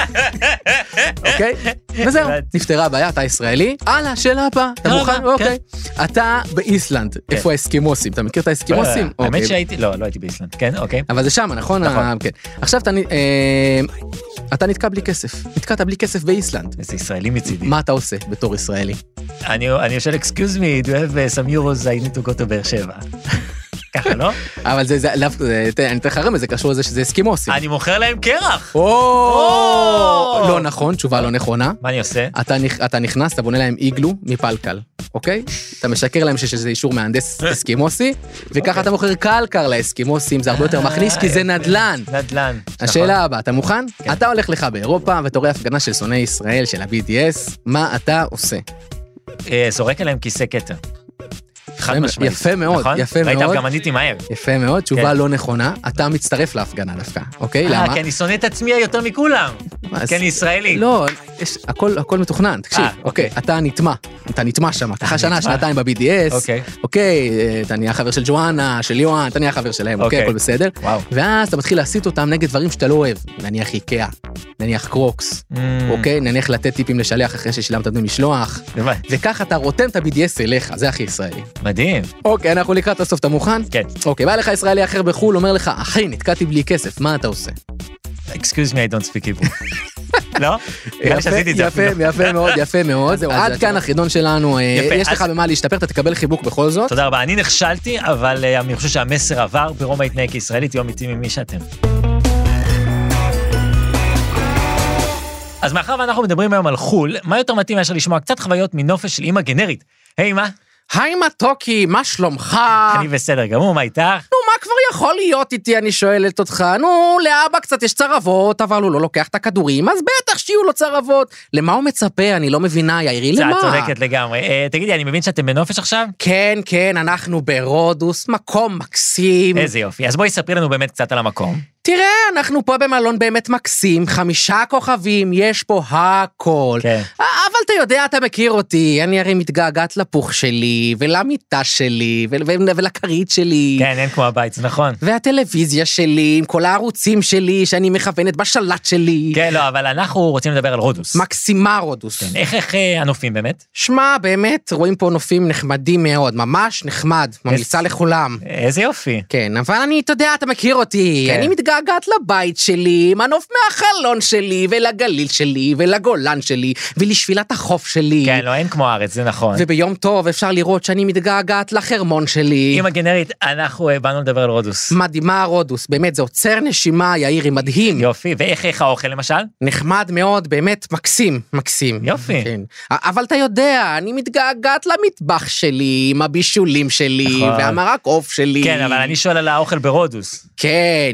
Speaker 2: [laughs]
Speaker 1: אוקיי? וזהו,
Speaker 2: הבנתי.
Speaker 1: נפתרה הבעיה, אתה ישראלי. הלאה, שאלה הבאה, אתה
Speaker 2: יאללה,
Speaker 1: מוכן?
Speaker 2: כן.
Speaker 1: אוקיי. אתה באיסלנד, איפה האסקימוסים? אתה מכיר את האסקימוסים?
Speaker 2: לא, האמת
Speaker 1: אוקיי.
Speaker 2: שהייתי, לא, לא הייתי באיסלנד, כן, אוקיי.
Speaker 1: אבל זה שם, נכון?
Speaker 2: נכון.
Speaker 1: ה- כן. עכשיו אתה נ- אה, אתה נתקע בלי כסף. נתקעת בלי כסף באיסלנד.
Speaker 2: איזה ישראלי מצידי.
Speaker 1: מה אתה עושה בתור ישראלי?
Speaker 2: אני אני יושב, אקסקיוז מי, do you have uh, some euros, I need to go to באר שבע. [laughs]
Speaker 1: [laughs]
Speaker 2: ככה, לא?
Speaker 1: אבל זה, זה, דווקא זה, ת- אני אתן לך רמז, זה קשור לזה שזה אסקימוסים.
Speaker 2: אני מוכר להם קרח.
Speaker 1: או!
Speaker 2: או!
Speaker 1: לא נכון, תשובה לא נכונה.
Speaker 2: מה אני עושה?
Speaker 1: אתה, נכ- אתה נכנס, אתה בונה להם איגלו מפלקל, אוקיי? אתה משקר להם שיש איזה אישור מהנדס
Speaker 2: אה.
Speaker 1: אסקימוסי,
Speaker 2: אוקיי.
Speaker 1: וככה אתה מוכר קלקר לאסקימוסים, זה הרבה
Speaker 2: אה,
Speaker 1: יותר מכניס, כי זה נדל"ן.
Speaker 2: נדל"ן.
Speaker 1: השאלה הבאה, אתה מוכן?
Speaker 2: כן.
Speaker 1: אתה הולך לך באירופה ואתה רואה הפגנה של שונאי ישראל, של ה-BDS, מה אתה עושה?
Speaker 2: נכון. אה, זורק עליהם כיסא כתר. חד משמעית.
Speaker 1: יפה מאוד,
Speaker 2: נכון?
Speaker 1: יפה מאוד.
Speaker 2: ראית, גם עניתי מהר.
Speaker 1: יפה מאוד, תשובה
Speaker 2: כן.
Speaker 1: לא נכונה, אתה מצטרף להפגנה דווקא, אוקיי?
Speaker 2: אה,
Speaker 1: למה?
Speaker 2: כי אני שונא את עצמי יותר מכולם.
Speaker 1: מה,
Speaker 2: כי
Speaker 1: אז-
Speaker 2: אני כן, ישראלי.
Speaker 1: לא, יש, הכל, הכל מתוכנן, תקשיב,
Speaker 2: אה,
Speaker 1: אוקיי,
Speaker 2: אוקיי.
Speaker 1: אתה נטמע, אתה נטמע שם, אתה שנה,
Speaker 2: נטמע.
Speaker 1: שנתיים ב-BDS,
Speaker 2: אוקיי.
Speaker 1: אוקיי, אה, אתה נהיה חבר של ג'ואנה, של יואן, אתה נהיה חבר שלהם, אוקיי,
Speaker 2: אוקיי.
Speaker 1: הכל בסדר,
Speaker 2: וואו.
Speaker 1: ואז אתה מתחיל להסית אותם נגד דברים שאתה לא אוהב, נניח איקאה, נניח קרוקס,
Speaker 2: Mm,
Speaker 1: אוקיי, נניח לתת טיפים לשליח אחרי ששילמת דמי משלוח,
Speaker 2: לבד.
Speaker 1: וככה אתה רותם את ה-BDS אליך, זה הכי ישראלי.
Speaker 2: מדהים.
Speaker 1: אוקיי, אנחנו לקראת הסוף, אתה מוכן?
Speaker 2: כן.
Speaker 1: אוקיי, בא לך ישראלי אחר בחו"ל, אומר לך, אחי, נתקעתי בלי כסף, מה אתה עושה?
Speaker 2: אקסקיוז מי, I don't speak Hebrew.
Speaker 1: [laughs]
Speaker 2: לא? נראה לי
Speaker 1: יפה,
Speaker 2: שעשיתי את זה
Speaker 1: יפה,
Speaker 2: אפילו.
Speaker 1: יפה מאוד, יפה מאוד.
Speaker 2: אז
Speaker 1: עד
Speaker 2: זה
Speaker 1: כאן
Speaker 2: התשובה.
Speaker 1: החידון שלנו, אה,
Speaker 2: יפה,
Speaker 1: יש לך
Speaker 2: אז-
Speaker 1: במה להשתפר, אתה תקבל חיבוק בכל זאת.
Speaker 2: תודה רבה. אני נכשלתי, אבל אה, אני חושב שהמסר עבר, ברומא התנהג כישראלי, תהיו אמיתיים עם מי שאתם. אז מאחר ואנחנו מדברים היום על חו"ל, מה יותר מתאים מאשר לשמוע קצת חוויות מנופש של אימא גנרית? היי, מה?
Speaker 1: היי מתוקי, מה שלומך?
Speaker 2: אני בסדר גמור, מה איתך?
Speaker 1: נו, מה כבר יכול להיות איתי, אני שואלת אותך. נו, לאבא קצת יש צרבות, אבל הוא לא לוקח את הכדורים, אז בטח שיהיו לו צרבות. למה הוא מצפה? אני לא מבינה, יאירי,
Speaker 2: זה, את
Speaker 1: למה?
Speaker 2: צודקת לגמרי. אה, תגידי, אני מבין שאתם בנופש עכשיו?
Speaker 1: כן, כן, אנחנו ברודוס, מקום מקסים.
Speaker 2: איזה יופי. אז בואי ספרי לנו באמת קצת על המקום.
Speaker 1: תראה, אנחנו פה במלון באמת מקסים, חמישה כוכבים, יש פה הכל.
Speaker 2: כן.
Speaker 1: אבל אתה יודע, אתה מכיר אותי, אני הרי מתגעגעת לפוך שלי, ולמיטה שלי, ו- ו- ולכרית שלי.
Speaker 2: כן, אין כמו הבית, זה נכון.
Speaker 1: והטלוויזיה שלי, עם כל הערוצים שלי, שאני מכוונת בשלט שלי.
Speaker 2: כן, לא, אבל אנחנו רוצים לדבר על רודוס.
Speaker 1: מקסימה רודוס.
Speaker 2: כן, איך, איך אה, הנופים באמת?
Speaker 1: שמע, באמת, רואים פה נופים נחמדים מאוד, ממש נחמד, ממליצה לכולם.
Speaker 2: איזה יופי.
Speaker 1: כן, אבל אני, אתה יודע, אתה מכיר אותי,
Speaker 2: כן.
Speaker 1: אני מתגעגעת לבית שלי, עם הנוף מהחלון שלי, ולגליל שלי, ולגולן שלי, ולשפילת החוף שלי.
Speaker 2: כן, לא, אין כמו הארץ, זה נכון.
Speaker 1: וביום טוב אפשר לראות שאני מתגעגעת לחרמון שלי.
Speaker 2: עם הגנרית, אנחנו אה, באנו לדבר על רודוס.
Speaker 1: מדהימה רודוס, באמת, זה עוצר נשימה, יאירי, מדהים.
Speaker 2: יופי, ואיך איך האוכל למשל?
Speaker 1: נחמד מאוד, באמת, מקסים, מקסים.
Speaker 2: יופי.
Speaker 1: כן. א- אבל אתה יודע, אני מתגעגעת למטבח שלי, עם הבישולים שלי,
Speaker 2: נכון.
Speaker 1: והמרק עוף שלי.
Speaker 2: כן, אבל אני שואל על האוכל ברודוס.
Speaker 1: כן,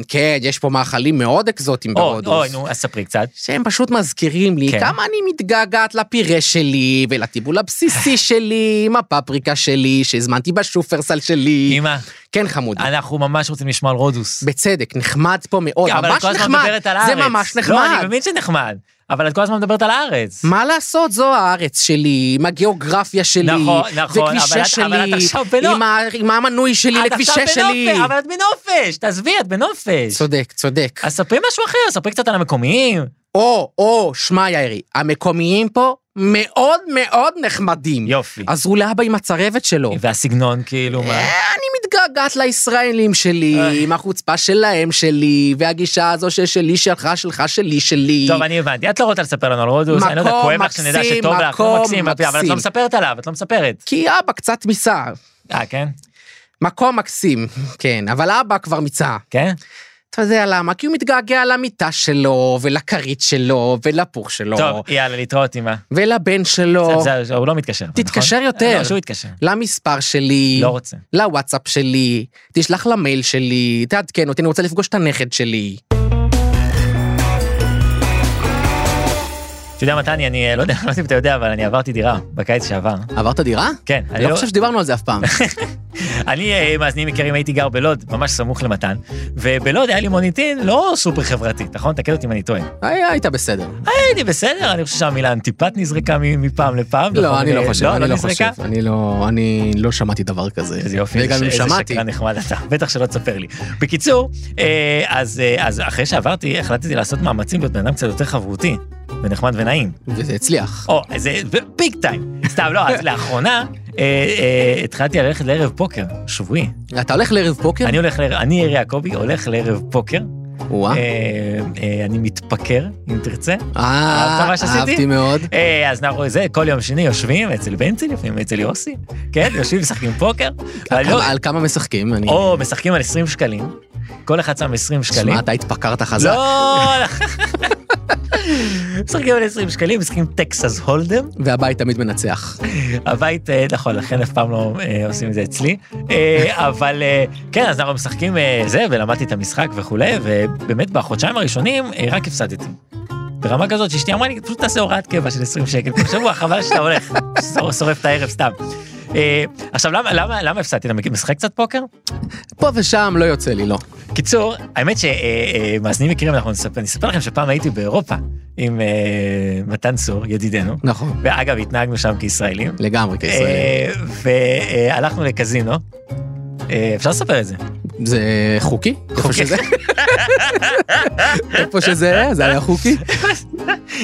Speaker 1: כן, יש פה מאכלים מאוד אקזוטיים
Speaker 2: או,
Speaker 1: ברודוס.
Speaker 2: אוי, נו, אז ספרי קצת.
Speaker 1: שהם פשוט מזכירים לי
Speaker 2: כן.
Speaker 1: כן. כמה אני מתגעגעת לפירה שלי ולטיבול
Speaker 2: [laughs]
Speaker 1: הבסיסי שלי עם הפפריקה שלי שהזמנתי בשופרסל שלי.
Speaker 2: אמא,
Speaker 1: כן, חמודי.
Speaker 2: אנחנו ממש רוצים לשמוע על רודוס.
Speaker 1: בצדק, נחמד פה מאוד,
Speaker 2: כן, אבל את
Speaker 1: ממש
Speaker 2: כל הזמן
Speaker 1: נחמד.
Speaker 2: מדברת על הארץ.
Speaker 1: זה ממש
Speaker 2: לא, אני
Speaker 1: נחמד.
Speaker 2: מבין שנחמד, אבל את כל הזמן מדברת על הארץ.
Speaker 1: מה לעשות, זו הארץ שלי, עם הגיאוגרפיה שלי,
Speaker 2: נכון, נכון, אבל את-
Speaker 1: וכבישי שלי,
Speaker 2: אבל את עכשיו בלא-
Speaker 1: עם ה- עם המנוי שלי
Speaker 2: את עכשיו
Speaker 1: לכבישי שלי.
Speaker 2: בנופש, אבל את בנופש, תעזבי, את בנופש.
Speaker 1: צודק, צודק.
Speaker 2: אז ספרי משהו אחר, ספרי קצת על המקומיים.
Speaker 1: או, או, שמע יאירי, המקומיים פה מאוד מאוד נחמדים.
Speaker 2: יופי.
Speaker 1: עזרו לאבא עם הצרבת שלו.
Speaker 2: והסגנון, כאילו, מה?
Speaker 1: אה, אני מתגעגעת לישראלים
Speaker 2: אה.
Speaker 1: שלי, עם החוצפה שלהם שלי, והגישה הזו ששלי, שלך, שלך, שלי, שלי.
Speaker 2: טוב, אני הבנתי, את לא רוצה לספר לנו על רודוס, אני לא יודע,
Speaker 1: מקום
Speaker 2: כואב לך שנדע
Speaker 1: מקסים,
Speaker 2: שטוב לך,
Speaker 1: מקום
Speaker 2: לא מקסים, אבל את לא
Speaker 1: מקסים.
Speaker 2: מספרת עליו, את לא מספרת.
Speaker 1: כי אבא קצת מיסה.
Speaker 2: אה, כן?
Speaker 1: מקום מקסים, [laughs] כן, אבל אבא כבר מיצה.
Speaker 2: כן?
Speaker 1: אתה יודע למה? כי הוא מתגעגע למיטה שלו, ולכרית שלו, ולפוך שלו,
Speaker 2: טוב, יאללה, להתראות, אמא.
Speaker 1: ולבן שלו,
Speaker 2: זה- זה- הוא לא מתקשר. נכון?
Speaker 1: תתקשר יותר.
Speaker 2: לא, שהוא יתקשר.
Speaker 1: למספר שלי,
Speaker 2: לא רוצה.
Speaker 1: לוואטסאפ שלי, תשלח למייל שלי, תעדכן אותי, אני רוצה לפגוש את הנכד שלי.
Speaker 2: אתה יודע, מתני, אני אה, לא יודע, [laughs] לא יודעת אם אתה יודע, אבל אני עברתי דירה בקיץ שעבר.
Speaker 1: עברת דירה?
Speaker 2: כן,
Speaker 1: אני לא חושב שדיברנו על זה אף
Speaker 2: [laughs]
Speaker 1: פעם.
Speaker 2: אני, אה, מאזינים יקרים, הייתי גר בלוד, ממש סמוך למתן, ובלוד היה לי מוניטין לא סופר חברתית, נכון? תקן אותי אם אני טועה.
Speaker 1: היה- היית בסדר.
Speaker 2: הייתי בסדר, אני חושב שהמילה אנטיפט נזרקה מ- מפעם לפעם.
Speaker 1: לא,
Speaker 2: נכון?
Speaker 1: אני
Speaker 2: אה,
Speaker 1: לא חושב, אני לא חושב.
Speaker 2: נזרקה?
Speaker 1: אני לא, אני לא שמעתי דבר כזה.
Speaker 2: איזה יופי,
Speaker 1: וגם
Speaker 2: איזה
Speaker 1: אם
Speaker 2: ש- איזה
Speaker 1: שמעתי,
Speaker 2: שקרן נחמד אתה, בטח שלא תספר לי. בקיצור, אה, אז אה, אז אחרי שעברתי, החלטתי לעשות מאמצים להיות בן אדם קצת יותר חברותי, ונחמד ונעים.
Speaker 1: וזה הצליח.
Speaker 2: או, אז זה ביג טיים. סתם, לא, אז לאחרונה אה, אה, התחלתי ללכת לערב פוקר, שבועי.
Speaker 1: אתה הולך לערב פוקר?
Speaker 2: אני הולך, לערב- אני ירי יעקבי הולך לערב פוקר,
Speaker 1: וואה.
Speaker 2: אה, אה, אני מתפקר, אם תרצה. אהבת
Speaker 1: אה,
Speaker 2: מה שעשיתי?
Speaker 1: אהבתי מאוד.
Speaker 2: אה, אז אנחנו, זה, כל יום שני יושבים אצל בנצי לפעמים, אצל יוסי, כן, יושבים, משחקים פוקר. ואני לא-
Speaker 1: כמה- על כמה משחקים? אני...
Speaker 2: או משחקים על 20 שקלים, כל אחד שם 20 שקלים.
Speaker 1: שמע, אתה התפקרת חזק.
Speaker 2: אוקיי. לא, [laughs] משחקים על 20 שקלים, משחקים טקסס הולדם,
Speaker 1: והבית תמיד מנצח.
Speaker 2: הבית, אה, נכון, לכן אף פעם לא אה, עושים את זה אצלי. אה, אבל אה, כן, אז אנחנו משחקים אה, זה, ולמדתי את המשחק וכולי, ובאמת בחודשיים הראשונים אה, רק הפסדתי. ברמה כזאת שאשתי אמרה לי, פשוט תעשה הוראת קבע של 20 שקל כל שבוע, חבל שאתה הולך, שור- שורף את הערב סתם. אה, עכשיו, למה- למה למה הפסדתי? אתה משחק קצת פוקר?
Speaker 1: פה ושם לא יוצא לי, לא.
Speaker 2: קיצור, האמת אה, שמאזינים מכירים, אנחנו נספר, אני אספר לכם שפעם הייתי באירופה עם אה, מתן צור, ידידנו,
Speaker 1: נכון.
Speaker 2: ואגב, התנהגנו שם כישראלים,
Speaker 1: לגמרי כישראלי.
Speaker 2: אה, והלכנו לקזינו, אה, אפשר לספר את זה,
Speaker 1: זה חוקי? איפה
Speaker 2: חוקי.
Speaker 1: שזה? [laughs] איפה שזה היה, זה היה
Speaker 2: [laughs]
Speaker 1: חוקי?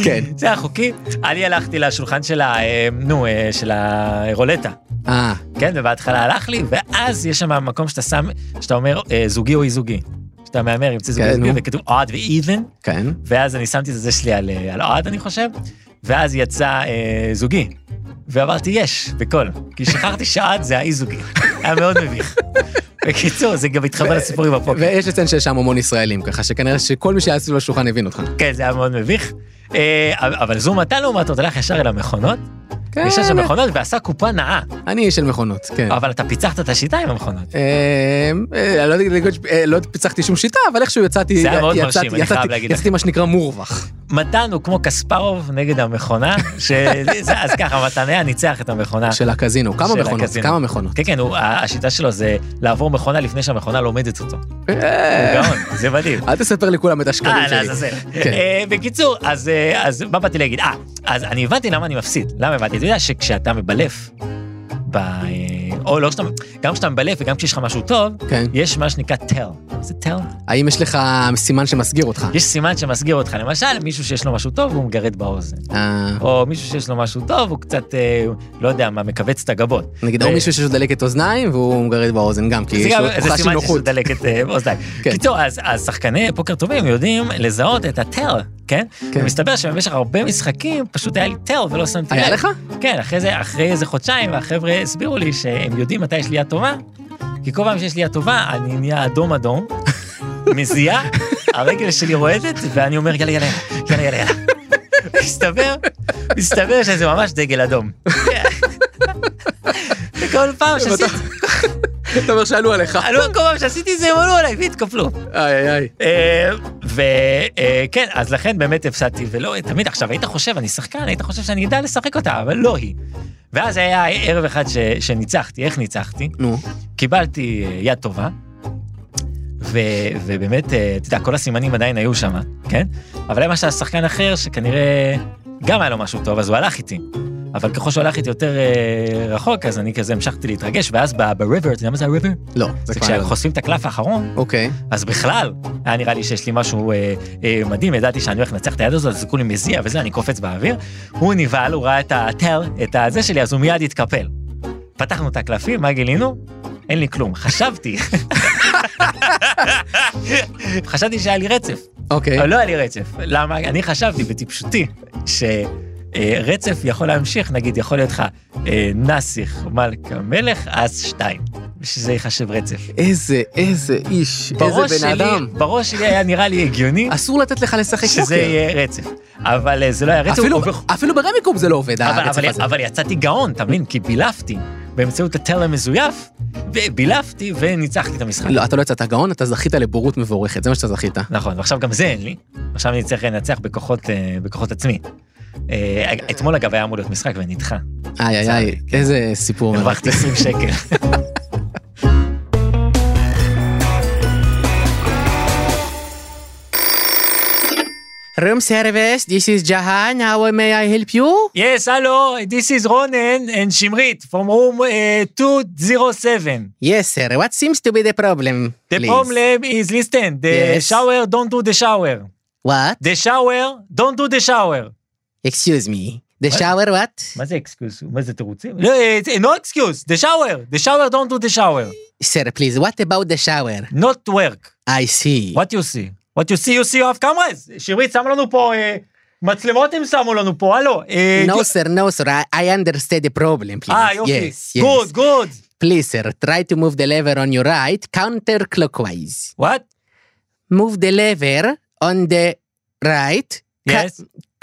Speaker 1: כן.
Speaker 2: זה היה חוקי, אני הלכתי לשולחן של ה... אה, נו, אה, של הרולטה,
Speaker 1: אה,
Speaker 2: כן, ובהתחלה הלך לי, ואז יש שם מקום שאתה שם, שאתה אומר אה, זוגי או אי זוגי, שאתה מהמר אם זה זוגי או
Speaker 1: כן,
Speaker 2: זוגי,
Speaker 1: נו.
Speaker 2: וכתוב odd ואיבן,
Speaker 1: כן.
Speaker 2: ואז אני שמתי את זה שלי על, אה, על אוהד, אני חושב, ואז יצא אה, זוגי. ואמרתי יש, בקול, כי שכחתי שעד זה האי זוגי. היה מאוד
Speaker 1: [laughs]
Speaker 2: מביך. בקיצור, זה גם התחבר לסיפור עם הפוקר.
Speaker 1: ויש לציין שיש שם המון ישראלים, ככה שכנראה שכל מי שהיה סביב השולחן הבין אותך.
Speaker 2: כן, זה היה מאוד מביך. אה, אבל זום אתה לעומת זאת הלך ישר אל המכונות,
Speaker 1: כן,
Speaker 2: ישר אל המכונות ועשה קופה נאה.
Speaker 1: אני איש של מכונות, כן.
Speaker 2: אבל אתה פיצחת את השיטה עם המכונות.
Speaker 1: אה, אה, לא יודע להגיד ש- אה, לא פיצחתי שום שיטה, אבל איכשהו יצאתי,
Speaker 2: זה היה מאוד
Speaker 1: יצאתי-
Speaker 2: מרשים, אני
Speaker 1: יצאתי-
Speaker 2: חייב להגיד לך.
Speaker 1: יצאתי מה שנקרא מורווח.
Speaker 2: מתן הוא כמו קספרוב נגד המכונה, [laughs] שזה- אז ככה, מתן היה ניצח את המכונה.
Speaker 1: של הקזינו, כמה
Speaker 2: של
Speaker 1: מכונות,
Speaker 2: הקזינו.
Speaker 1: כמה מכונות.
Speaker 2: כן, כן, הוא- ה- השיטה שלו זה לעבור מכונה לפני שהמכונה לומדת אותו.
Speaker 1: כן.
Speaker 2: הוא גאון, זה מדהים.
Speaker 1: אל תספר לכולם את השקרים
Speaker 2: אה,
Speaker 1: שלי.
Speaker 2: לעזאזל.
Speaker 1: כן.
Speaker 2: אה, בקיצור, אז אה, אז מה באתי להגיד? אה, אז אני הבנתי למה אני מפסיד. למה הבנתי? אתה יודע שכשאתה מבלף, ב- אה, או לא, כשאתה- גם כשאתה מבלף וגם כשיש לך משהו טוב,
Speaker 1: כן.
Speaker 2: יש מה שנקרא tell. זה tell?
Speaker 1: האם יש לך סימן שמסגיר אותך?
Speaker 2: יש סימן שמסגיר אותך. למשל, מישהו שיש לו משהו טוב, הוא מגרד באוזן.
Speaker 1: אה,
Speaker 2: או מישהו שיש לו משהו טוב, הוא קצת, אה, לא יודע מה, מכווץ את הגבות.
Speaker 1: נגיד, או
Speaker 2: ו-
Speaker 1: מישהו שיש לו דלקת אוזניים והוא מגרד באוזן גם, כי
Speaker 2: זה
Speaker 1: יש
Speaker 2: גם-
Speaker 1: לו
Speaker 2: זה
Speaker 1: תחושה של
Speaker 2: סימן שיש
Speaker 1: נוחות. [laughs]
Speaker 2: דלקת אה, באוזניים.
Speaker 1: כן.
Speaker 2: קיצור, אז אז שחקני פוקר טובים יודעים לזהות את הטל, כן?
Speaker 1: כן.
Speaker 2: ומסתבר שבמשך הרבה משחקים פשוט היה לי תל ולא שמתי לב.
Speaker 1: היה לך?
Speaker 2: כן, אחרי זה, אחרי איזה חודשיים, החבר'ה הסבירו לי שהם יודעים מתי יש לי יד טובה, כי כל פעם שיש לי יד טובה, אני
Speaker 1: [laughs]
Speaker 2: נהיה אדום-אדום, מזיע, הרגל שלי רועדת, ואני אומר, יאללה, יאללה, יאללה, יאללה, יאללה. מסתבר, מסתבר שזה ממש דגל
Speaker 1: [laughs]
Speaker 2: אדום. וכל פעם שעשיתי,
Speaker 1: אתה אומר שעלו עליך.
Speaker 2: עלו- כל פעם שעשיתי זה, הם עלו עליי והתקפלו.
Speaker 1: איי איי איי.
Speaker 2: אה, וכן, אה, כן, אז לכן באמת הפסדתי, ולא, תמיד עכשיו, היית חושב, אני שחקן, היית חושב שאני אדע לשחק אותה, אבל לא היא. ואז היה ערב אחד ש, שניצחתי, איך ניצחתי?
Speaker 1: נו.
Speaker 2: קיבלתי אה, יד טובה, ו, ובאמת, אה, אתה יודע, כל הסימנים עדיין היו שם, כן? אבל היה משהו שחקן אחר שכנראה גם היה לו משהו טוב, אז הוא הלך איתי. אבל ככל שהוא הלך איתי יותר אה, רחוק, אז אני כזה המשכתי להתרגש, ואז ב- ב-river, אתה יודע מה זה ה-river?
Speaker 1: לא,
Speaker 2: זה
Speaker 1: זה כבר... לא.
Speaker 2: כשחושפים את הקלף האחרון,
Speaker 1: אוקיי.
Speaker 2: אז בכלל, היה נראה לי שיש לי משהו אה, אה, מדהים, ידעתי שאני הולך לנצח את היד הזאת, אז כולי מזיע וזה, אני קופץ באוויר. הוא נבהל, הוא ראה את הטל, את הזה שלי, אז הוא מיד התקפל. פתחנו את הקלפים, מה גילינו? אין לי כלום. חשבתי. [laughs] חשבתי שהיה לי רצף,
Speaker 1: אוקיי.
Speaker 2: אבל לא היה לי רצף. למה? אני חשבתי בטיפשותי ש... אה, רצף יכול להמשיך, נגיד, יכול להיות לך אה, נסיך מלכה מלך, אז שתיים, שזה ייחשב רצף.
Speaker 1: איזה, איזה איש,
Speaker 2: בראש
Speaker 1: איזה בן
Speaker 2: שלי,
Speaker 1: אדם.
Speaker 2: בראש שלי היה נראה לי הגיוני
Speaker 1: אסור לתת לך לשחק
Speaker 2: שזה
Speaker 1: פוקר.
Speaker 2: יהיה רצף. אבל אה, זה לא היה רצף,
Speaker 1: אפילו-
Speaker 2: הוא- אבל-
Speaker 1: אפילו ברמיקום זה לא עובד, הרצף
Speaker 2: אבל-
Speaker 1: הזה.
Speaker 2: אבל יצאתי גאון, אתה מבין? כי בילפתי באמצעות הטל המזויף, ובילפתי וניצחתי את המשחק.
Speaker 1: לא, אתה לא יצאת גאון, אתה זכית לבורות מבורכת, זה מה שאתה זכית.
Speaker 2: נכון, ועכשיו גם זה אין לי, עכשיו אני צריך לנצח בכוחות, אה, בכוחות עצמי. אה, אתמול אגב היה אמור להיות משחק ונדחה,
Speaker 1: איי איי איי,
Speaker 2: כן.
Speaker 1: איזה סיפור. מרגש.
Speaker 2: הרווחתי 20 שקל. [laughs]
Speaker 1: room service, this is Jahan, how may I help you?
Speaker 2: Yes, hello, this is Ronen and Shimrit from room אה, 207.
Speaker 1: Yes, sir, what seems to be the problem?
Speaker 2: The
Speaker 1: please?
Speaker 2: problem is listen, the
Speaker 1: Yes.
Speaker 2: shower don't do the shower.
Speaker 1: What?
Speaker 2: The shower, don't do the shower.
Speaker 1: Excuse me. The
Speaker 2: What?
Speaker 1: shower what?
Speaker 2: מה זה אקסקיוס? מה זה תירוצים? לא, it's- no excuse, the shower, the shower don't do the shower.
Speaker 1: Sir, please, what about the shower?
Speaker 2: Not work.
Speaker 1: I see.
Speaker 2: What you see? What you see, you see off cameras. שירית, שם לנו פה, אה, מצלמות הם שמו לנו פה, הלו. אה,
Speaker 1: No,
Speaker 2: you-
Speaker 1: sir, no, sir. I, I understand the problem, please.
Speaker 2: אה, יופי.
Speaker 1: Yes, yes.
Speaker 2: Good, good.
Speaker 1: Please, sir, try to move the lever on your right counterclockwise.
Speaker 2: What?
Speaker 1: Move the lever on the right ca-
Speaker 2: Yes.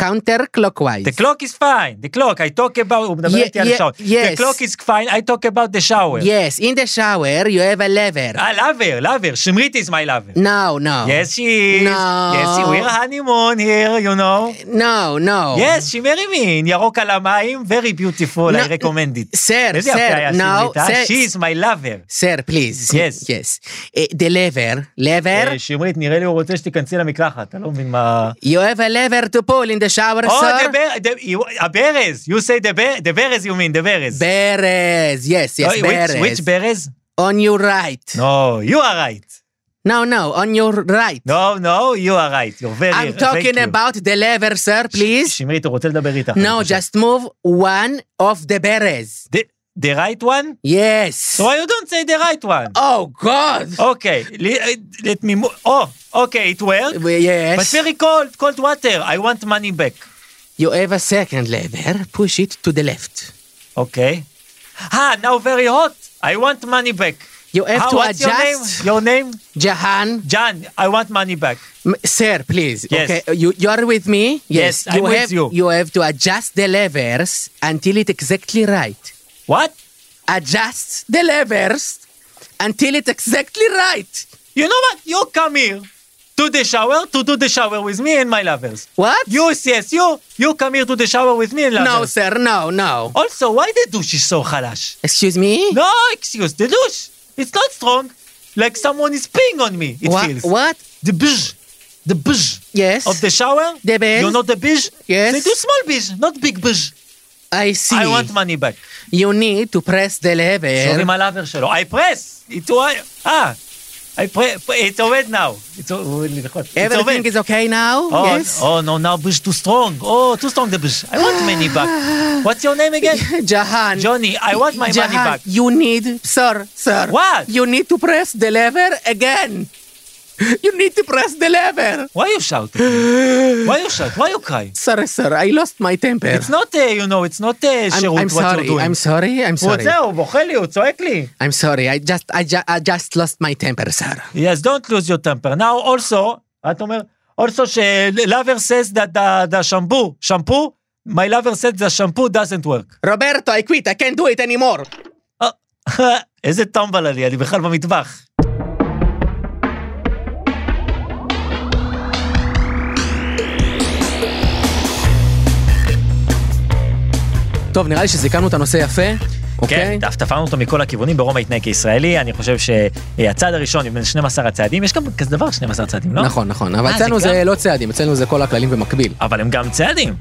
Speaker 1: counterclockwise.
Speaker 2: The clock is fine, the clock, I talk about, הוא מדבר
Speaker 1: Ye-
Speaker 2: איתי על
Speaker 1: ye-
Speaker 2: השעון. The
Speaker 1: yes.
Speaker 2: clock is fine, I talk about the shower.
Speaker 1: Yes, in the shower, you have a lever.
Speaker 2: אה, lover, lover, שמרית is my lover.
Speaker 1: No, no.
Speaker 2: Ah. Yes, she is.
Speaker 1: No.
Speaker 2: Yes, we're honeymoon here, you know.
Speaker 1: No, no.
Speaker 2: Yes, she married me in ירוק על המים, very beautiful, I
Speaker 1: No.
Speaker 2: recommend it.
Speaker 1: Sir,
Speaker 2: איזה יפה
Speaker 1: sir,
Speaker 2: היה
Speaker 1: no,
Speaker 2: שמרית, אה?
Speaker 1: sir,
Speaker 2: She is my lover.
Speaker 1: sir, please.
Speaker 2: Yes.
Speaker 1: Yes. Eh, the lever, lever.
Speaker 2: אה, שמרית, נראה לי הוא רוצה שתיכנסי למקלחת, אתה לא מבין מה...
Speaker 1: You have a lever to pull in the shower,
Speaker 2: או,
Speaker 1: sir.
Speaker 2: Oh, the בר- the- you- הברז, you say the ber- the ברז, you mean, the ברז.
Speaker 1: Beres, yes, yes,
Speaker 2: Oh, which-
Speaker 1: Beres.
Speaker 2: Which ברז?
Speaker 1: on your right.
Speaker 2: No, you are right.
Speaker 1: no, no, on your right.
Speaker 2: No, no, you are right. You're very...
Speaker 1: I'm
Speaker 2: thank
Speaker 1: talking
Speaker 2: you.
Speaker 1: about the lever, sir,
Speaker 2: ש-
Speaker 1: please.
Speaker 2: שמרית, הוא רוצה לדבר איתך.
Speaker 1: No,
Speaker 2: אני חושב.
Speaker 1: just move one of the beres.
Speaker 2: The- The right one?
Speaker 1: Yes.
Speaker 2: So why you don't say the right one?
Speaker 1: Oh, God.
Speaker 2: Okay, le- let me... mo- Oh, okay, it worked.
Speaker 1: Well, Yes.
Speaker 2: But very cold, cold water. I want money back.
Speaker 1: you have a second lever. Push it to the left.
Speaker 2: Okay. Ah, now very hot. I want money back.
Speaker 1: You have
Speaker 2: Ah,
Speaker 1: to
Speaker 2: what's
Speaker 1: adjust.
Speaker 2: Your name? Your name?
Speaker 1: Jahan,
Speaker 2: John, I want money back.
Speaker 1: m- sir, please.
Speaker 2: Yes.
Speaker 1: Okay, you, you are with me?
Speaker 2: Yes, I'm
Speaker 1: you
Speaker 2: with
Speaker 1: have,
Speaker 2: you.
Speaker 1: have to adjust the levers until it's exactly right.
Speaker 2: What?
Speaker 1: adjust the levers until it's exactly right.
Speaker 2: You know what? You come here to the shower to do the shower with me and my lovers.
Speaker 1: What?
Speaker 2: You, yes, you, you come here to the shower with me and
Speaker 1: No,
Speaker 2: lovers.
Speaker 1: sir, no, no.
Speaker 2: Also, why the douche is so halash?
Speaker 1: Excuse me?
Speaker 2: No, excuse, the douche. It's not strong. Like someone is peeing on me, it
Speaker 1: Wha-
Speaker 2: feels.
Speaker 1: What?
Speaker 2: The bish. The bish.
Speaker 1: Yes.
Speaker 2: Of the shower?
Speaker 1: The bish.
Speaker 2: You know the bish?
Speaker 1: Yes.
Speaker 2: They do small bish, not big bish.
Speaker 1: I see.
Speaker 2: I want money back.
Speaker 1: You need to press the lever.
Speaker 2: שומרים על העבר שלו. I press! It was... אה! I press... It עובד now. It's oh, עובד. It's עובד.
Speaker 1: Everything is okay now?
Speaker 2: Oh,
Speaker 1: yes.
Speaker 2: oh no, now bush too strong. Oh, too strong the bush. I want money back. What's your name
Speaker 1: [laughs]
Speaker 2: again?
Speaker 1: Jahan.
Speaker 2: Johnny, I want my money
Speaker 1: Jahan,
Speaker 2: back.
Speaker 1: You need, sir, sir.
Speaker 2: What?
Speaker 1: You need to press the lever again. [laughs] You need to press the lever. [sighs]
Speaker 2: Why you shout? Why you shout? Why you cry?
Speaker 1: Sorry, sir, I lost my temper.
Speaker 2: It's not, uh, you know, it's not uh,
Speaker 1: I'm,
Speaker 2: שירות,
Speaker 1: I'm
Speaker 2: what you're
Speaker 1: sorry,
Speaker 2: doing.
Speaker 1: I'm sorry, I'm
Speaker 2: הוא
Speaker 1: sorry.
Speaker 2: רוצה, הוא בוכה לי, הוא צועק לי.
Speaker 1: I'm sorry, I just, I, ju- I just lost my temper, sir.
Speaker 2: Yes, don't lose your temper. Now also, את אומר, also ש-lover says that the, the shampoo, shampoo, my lover says the shampoo doesn't work. [laughs]
Speaker 1: Roberto, I quit, I can't do it anymore.
Speaker 2: איזה טמבל עלי, אני בכלל במטבח.
Speaker 1: טוב, נראה לי שזיכרנו את הנושא יפה,
Speaker 2: כן,
Speaker 1: אוקיי?
Speaker 2: דף- תפרנו אותו מכל הכיוונים, ברומא התנהג כישראלי, אני חושב שהצעד הראשון, מבין 12 הצעדים, יש גם כזה דבר 12 צעדים, לא?
Speaker 1: נכון, נכון, אבל
Speaker 2: אה,
Speaker 1: אצלנו
Speaker 2: זה גם-
Speaker 1: זה לא צעדים, אצלנו זה כל הכללים במקביל.
Speaker 2: אבל הם גם צעדים.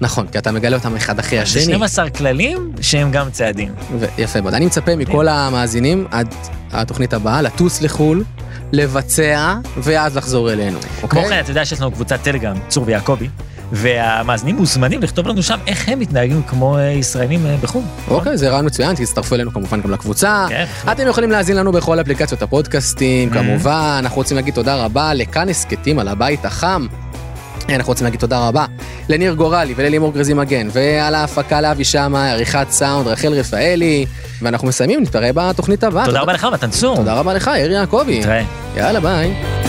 Speaker 1: נכון, כי אתה מגלה אותם אחד אחרי
Speaker 2: זה
Speaker 1: השני.
Speaker 2: 12 כללים שהם גם צעדים.
Speaker 1: ו- יפה מאוד. אני מצפה
Speaker 2: כן.
Speaker 1: מכל המאזינים עד התוכנית הבאה לטוס לחו"ל, לבצע, ואז לחזור אלינו,
Speaker 2: כמו כן,
Speaker 1: אוקיי?
Speaker 2: אתה יודע שיש לנו קבוצת טלגרם, צור ויעקבי, והמאזינים מוזמנים לכתוב לנו שם איך הם מתנהגים כמו אה, ישראלים אה, בחו"ל.
Speaker 1: אוקיי, זה רעיון מצוין, תצטרפו אלינו כמובן גם לקבוצה.
Speaker 2: כן. Mm-hmm.
Speaker 1: אתם יכולים להאזין לנו בכל אפליקציות הפודקאסטים, כמובן. אנחנו רוצים להגיד תודה רבה לכאן הסכתים על הבית החם. אה, אנחנו רוצים להגיד תודה רבה לניר גורלי וללימור גרזי מגן, ועל ההפקה לאבי שמה, עריכת סאונד, רחל רפאלי, ואנחנו מסיימים, נתראה בתוכנית הבאה.
Speaker 2: תודה רבה לך, מתן צור.
Speaker 1: תודה רבה לך, יאיר יעקבי.
Speaker 2: נתראה.
Speaker 1: יאללה, ביי.